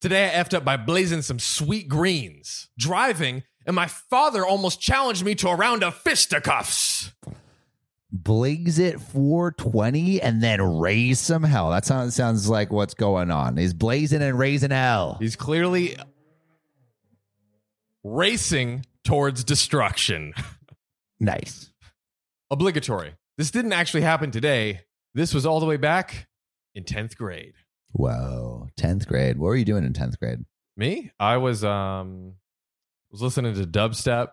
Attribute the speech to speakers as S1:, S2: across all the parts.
S1: Today I effed up by blazing some sweet greens, driving, and my father almost challenged me to a round of fisticuffs.
S2: Blaze it 420 and then raise some hell. That sounds sounds like what's going on. He's blazing and raising hell.
S1: He's clearly racing towards destruction.
S2: Nice.
S1: Obligatory. This didn't actually happen today. This was all the way back in 10th grade.
S2: Whoa. 10th grade. What were you doing in 10th grade?
S1: Me? I was um was listening to dubstep.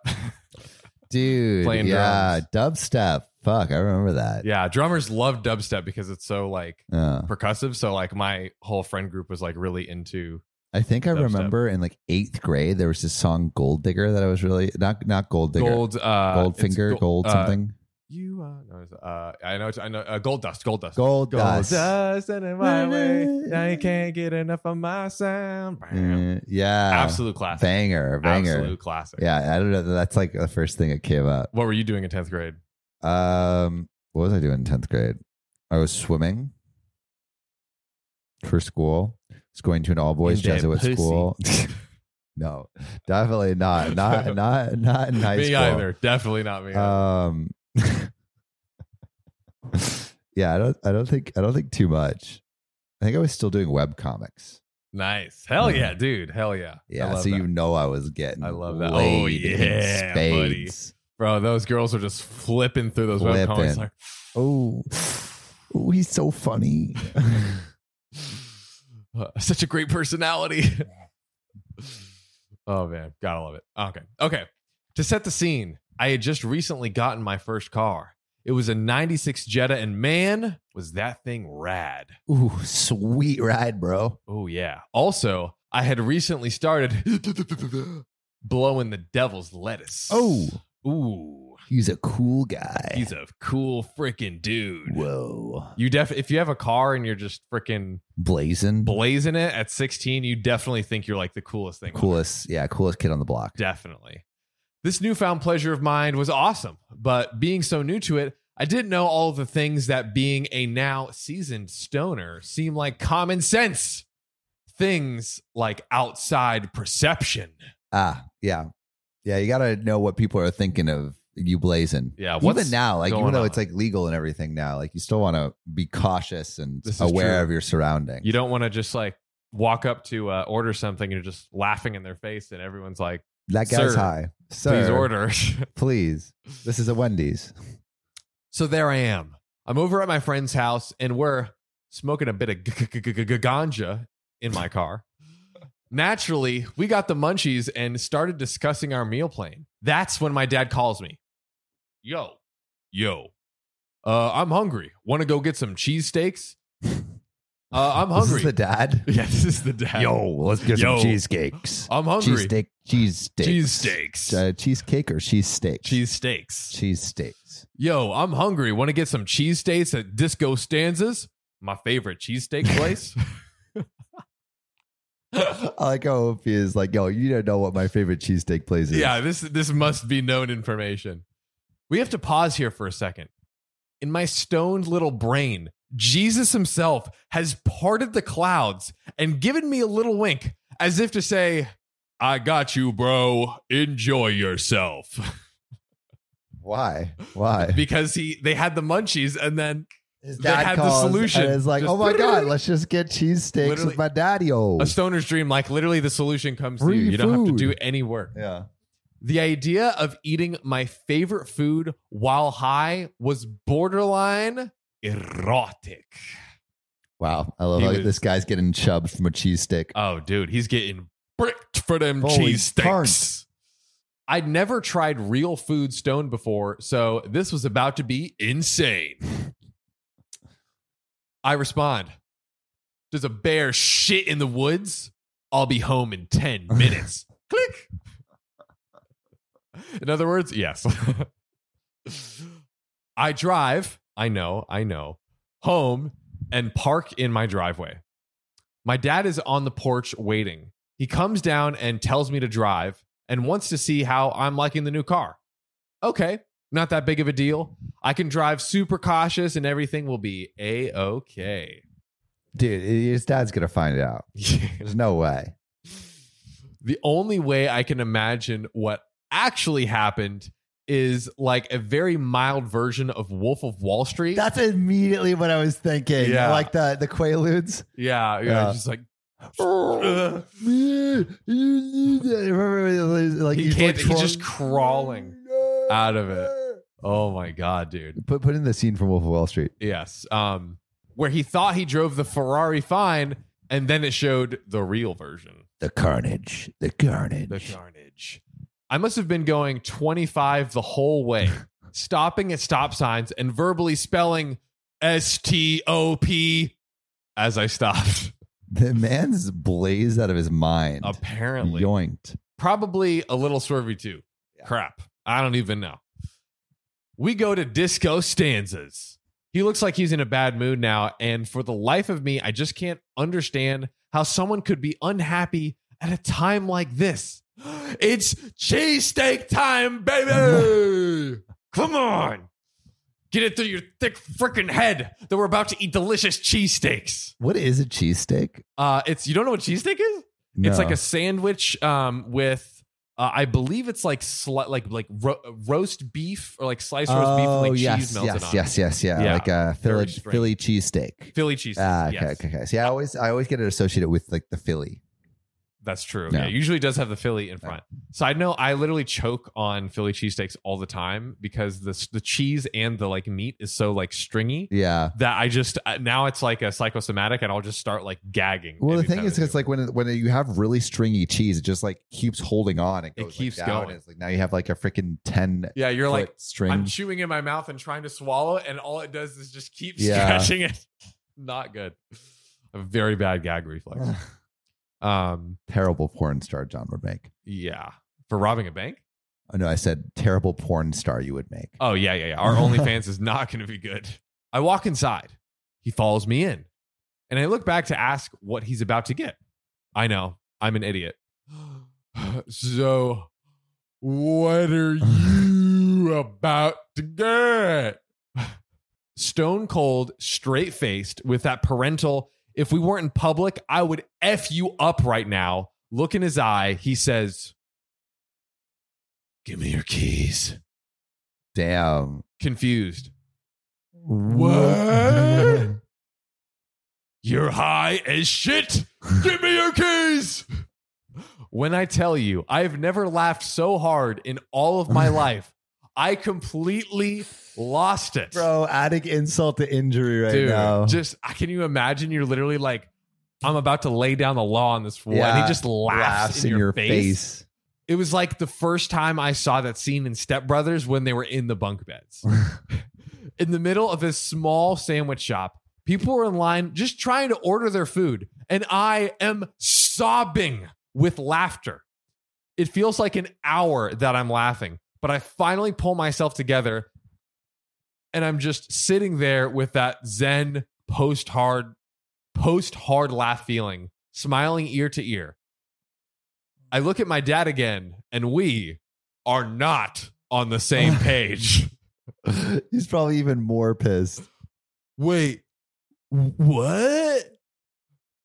S2: Dude.
S1: Playing
S2: yeah. Dubstep. Fuck. I remember that.
S1: yeah, drummers love dubstep because it's so like
S2: Uh,
S1: percussive. So like my whole friend group was like really into
S2: I think I
S1: Dubstep.
S2: remember in like eighth grade, there was this song Gold Digger that I was really not not Gold Digger.
S1: gold uh it's
S2: Goldfinger,
S1: go-
S2: gold
S1: uh,
S2: something.
S1: You uh, no, it's, uh I know it's, I know uh, gold dust, gold dust.
S2: Gold, dust.
S1: and in my way. Now you can't get enough of my sound. Bam.
S2: Mm, yeah.
S1: Absolute classic.
S2: Banger. Banger.
S1: Absolute classic.
S2: Yeah. I don't know. That's like the first thing that came up.
S1: What were you doing in 10th grade?
S2: Um, what was I doing in tenth grade? I was swimming for school. I was going to an all boys
S1: In that
S2: Jesuit
S1: pussy.
S2: school. no, definitely not. Not not not in high
S1: me
S2: school.
S1: either. Definitely not me. either.
S2: Um, yeah, I don't. I don't think. I don't think too much. I think I was still doing web comics.
S1: nice. Hell
S2: Mm.
S1: yeah, dude. Hell yeah. I
S2: Yeah,
S1: love
S2: so
S1: that.
S2: you know I was getting.
S1: I love that. Oh,
S2: laid in
S1: yeah, buddy.
S2: spades.
S1: Bro, those girls are just flipping through those web comics.
S2: Flipping.
S1: Like,
S2: Oh, oh, he's so funny.
S1: Uh, such a great personality. oh man, gotta love it. Okay, okay. To set the scene, I had just recently gotten my first car. It was a '96 Jetta, and man, was that thing rad!
S2: Ooh, sweet ride, bro.
S1: Oh yeah. Also, I had recently started blowing the devil's lettuce.
S2: Oh,
S1: ooh,
S2: he's a cool guy.
S1: he's a cool freaking dude.
S2: Whoa.
S1: You def if you have a car and you're just freaking
S2: Blazing.
S1: blazing it at 16, you definitely think you're like the coolest thing. on
S2: coolest, yeah, coolest kid on the block.
S1: Definitely. This newfound pleasure of mine was awesome, but being so new to it, I didn't know all the things that being a now seasoned stoner seem like common sense. Things like outside perception.
S2: Ah, yeah. Yeah, you got to know what people are thinking of you blazing.
S1: Yeah, what's
S2: Even now, like, even
S1: going
S2: though
S1: on?
S2: it's like legal and everything now, like, you still want to be cautious and
S1: This is
S2: aware
S1: true.
S2: of your surroundings.
S1: You don't want to just like walk up to uh, order something and you're just laughing in their face, and everyone's like,
S2: that guy's
S1: Sir,
S2: high. Sir,
S1: please order.
S2: Please. This is a Wendy's.
S1: So there I am. I'm over at my friend's house and we're smoking a bit of g- g- g- g- g- ganja in my car. Naturally, we got the munchies and started discussing our meal plan. That's when my dad calls me. Yo, yo, uh, I'm hungry. Want to go get some cheesesteaks? Uh, I'm
S2: This
S1: hungry.
S2: is the dad.
S1: yeah, this is the dad.
S2: let's get
S1: Yo.
S2: cheesecakes.
S1: I'm hungry.
S2: Cheesesteak. Cheesesteaks.
S1: Cheesesteaks.
S2: Uh, cheesecake or cheese steak?
S1: Cheesesteaks.
S2: cheese steaks.
S1: Yo, I'm hungry. Want to get some cheesesteaks at Disco Stanzas? My favorite cheesesteak place.
S2: I like how OP is like, yo, you don't know what my favorite cheesesteak place is.
S1: yeah, this this must be known information. We have to pause here for a second. In my stoned little brain, Jesus himself has parted the clouds and given me a little wink as if to say, "I got you, bro. Enjoy yourself."
S2: Why? Why?
S1: because he they had the munchies and then
S2: His
S1: they had the solution.
S2: And is like,
S1: Just-
S2: oh my God, let's just get cheesesteaks
S1: Literally.
S2: with my daddy. Oh,
S1: a stoner's dream like literally the solution comes to
S2: Free
S1: you. You don't have to
S2: food.
S1: do any work.
S2: yeah.
S1: The idea of eating my favorite food while high was borderline erotic.
S2: Wow. I love
S1: He
S2: how
S1: was-
S2: this guy's getting chubbed from a cheesesteak.
S1: Oh, dude, he's getting bricked for them
S2: Oh,
S1: cheese
S2: he's
S1: steaks. I'd never tried real food stoned before, so this was about to be insane. I respond Does a bear shit in the woods? I'll be home in 10 minutes. Click. In other words, yes. I drive, I know, I know, home and park in my driveway. My dad is on the porch waiting. He comes down and tells me to drive and wants to see how I'm liking the new car. Okay, not that big of a deal. I can drive super cautious and everything will be a okay.
S2: Dude, his dad's going to find out. There's no way.
S1: The only way I can imagine what actually happened is like a very mild version of Wolf of Wall Street.
S2: That's immediately what I was thinking.
S1: Yeah.
S2: Like the the Quaaludes.
S1: yeah, yeah,
S2: Yeah.
S1: just like
S2: Remember, like
S1: he
S2: he's
S1: can't.
S2: like
S1: he's just
S2: crawling.
S1: crawling out of it. Oh my god, dude.
S2: Put put in the scene from Wolf of Wall Street.
S1: Yes. Um, where he thought he drove the Ferrari fine, and then it showed the real version,
S2: The carnage. The carnage.
S1: the carnage. I must have been going 25 the whole way, stopping at stop signs and verbally spelling S T O P as I stopped.
S2: The man's blazed out of his mind.
S1: Apparently,
S2: Yoinked.
S1: probably a little swervy too. Crap. I don't even know. We go to disco stanzas. He looks like he's in a bad mood now. And for the life of me, I just can't understand how someone could be unhappy at a time like this. It's cheesesteak time, baby. Come on. Get it through your thick freaking head that we're about to eat delicious cheesesteaks.
S2: What is a cheesesteak?
S1: Uh, it's you don't know what cheesesteak is? It's like a sandwich um, with, uh, I believe it's like sli- like like ro- roast beef or like sliced roast beef and like
S2: Oh, yes,
S1: cheese melted
S2: yes,
S1: on. it.
S2: yes, yes, yeah.
S1: Yeah.
S2: Like a
S1: Very
S2: Philly,
S1: strange.
S2: Philly cheesesteak.
S1: Philly cheese.
S2: Ah, okay,
S1: yes,
S2: okay, okay. See, I always, I always get it associated with like the Philly.
S1: that's true.
S2: Yeah.
S1: Yeah, it usually does have the Philly in front. Side note: I literally choke on Philly cheesesteaks all the time because the s- the cheese and the like meat is so like stringy
S2: Yeah.
S1: that I just uh, now it's like a psychosomatic and I'll just start like gagging.
S2: Well, the
S1: every
S2: thing
S1: time
S2: is,
S1: I do
S2: it's
S1: it.
S2: like when it, when you have really stringy cheese, it just like keeps holding on. It,
S1: It
S2: goes like,
S1: keeps
S2: down.
S1: going.
S2: It's like now you have like a freaking ten
S1: yeah, you're like
S2: foot string.
S1: I'm chewing in my mouth and trying to swallow, it, and all it does is just keep
S2: Yeah.
S1: scratching it. Not good. A very bad gag reflex. Um,
S2: terrible porn star John would make.
S1: yeah, for robbing a bank.
S2: Oh, no, I said terrible porn star you would make.
S1: Oh yeah, yeah, yeah. Our OnlyFans is not going to be good. I walk inside. He follows me in, and I look back to ask what he's about to get. I know I'm an idiot. so, what are you about to get? Stone cold, straight faced, with that parental. If we weren't in public, I would f you up right now. Look in his eye. He says, "Give me your keys."
S2: Damn.
S1: confused.
S2: What?
S1: You're high as shit. Give me your keys. When I tell you, I've never laughed so hard in all of my life. I completely lost it.
S2: Bro, adding insult to injury right
S1: Dude,
S2: now.
S1: just uh, can you imagine? You're literally like, I'm about to lay down the law on this fool. and
S2: Yeah.
S1: he just laughs, in, your, face. It was like the first time I saw that scene in Step Brothers when they were in the bunk beds. in the middle of this small sandwich shop. People were in line just trying to order their food, and I am sobbing with laughter. It feels like an hour that I'm laughing, but I finally pull myself together and I'm just sitting there with that zen post hard post hard laugh feeling, smiling ear to ear. I look at my dad again, and we are not on the same page.
S2: He's probably even more pissed.
S1: Wait, what?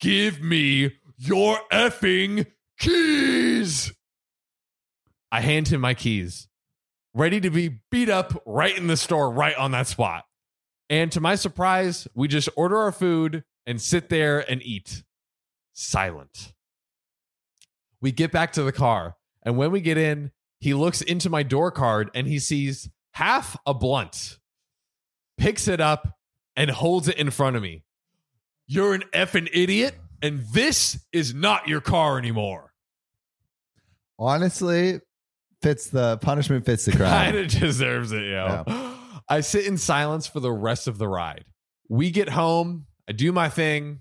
S1: Give me your effing keys. I hand him my keys, ready to be beat up right in the store, right on that spot. And to my surprise, we just order our food and sit there and eat. Silent. We get back to the car, and when we get in, he looks into my door card and he sees half a blunt, picks it up, and holds it in front of me. You're an effing idiot, and this is not your car anymore.
S2: Honestly, fits the punishment fits the
S1: Kind
S2: crime.
S1: of deserves it, yo. I sit in silence for the rest of the ride. We get home. I do my thing,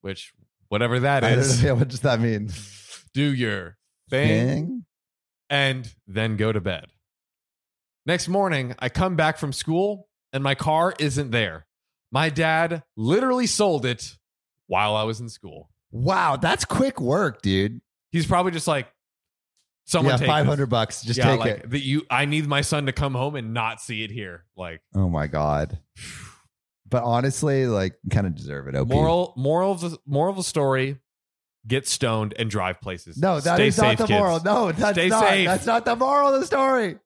S1: which, whatever that
S2: I
S1: is,
S2: don't know, what does that mean?
S1: do your thing.
S2: Dang.
S1: and then go to bed. Next morning, I come back from school and my car isn't there. My dad literally sold it while I was in school.
S2: Wow, that's quick work, dude.
S1: He's probably just like, someone
S2: yeah,
S1: take
S2: five
S1: this.
S2: hundred bucks. Just
S1: Yeah,
S2: take
S1: like,
S2: it.
S1: That you, I need my son to come home and not see it here. Like
S2: Oh my god. But honestly, like, kind of deserve it. OP.
S1: moral, moral of the moral of the story: get stoned, and drive places.
S2: No, that
S1: Stay
S2: is not
S1: safe,
S2: the
S1: kids.
S2: moral. No, that's
S1: Stay
S2: not.
S1: safe.
S2: That's not the moral of the story.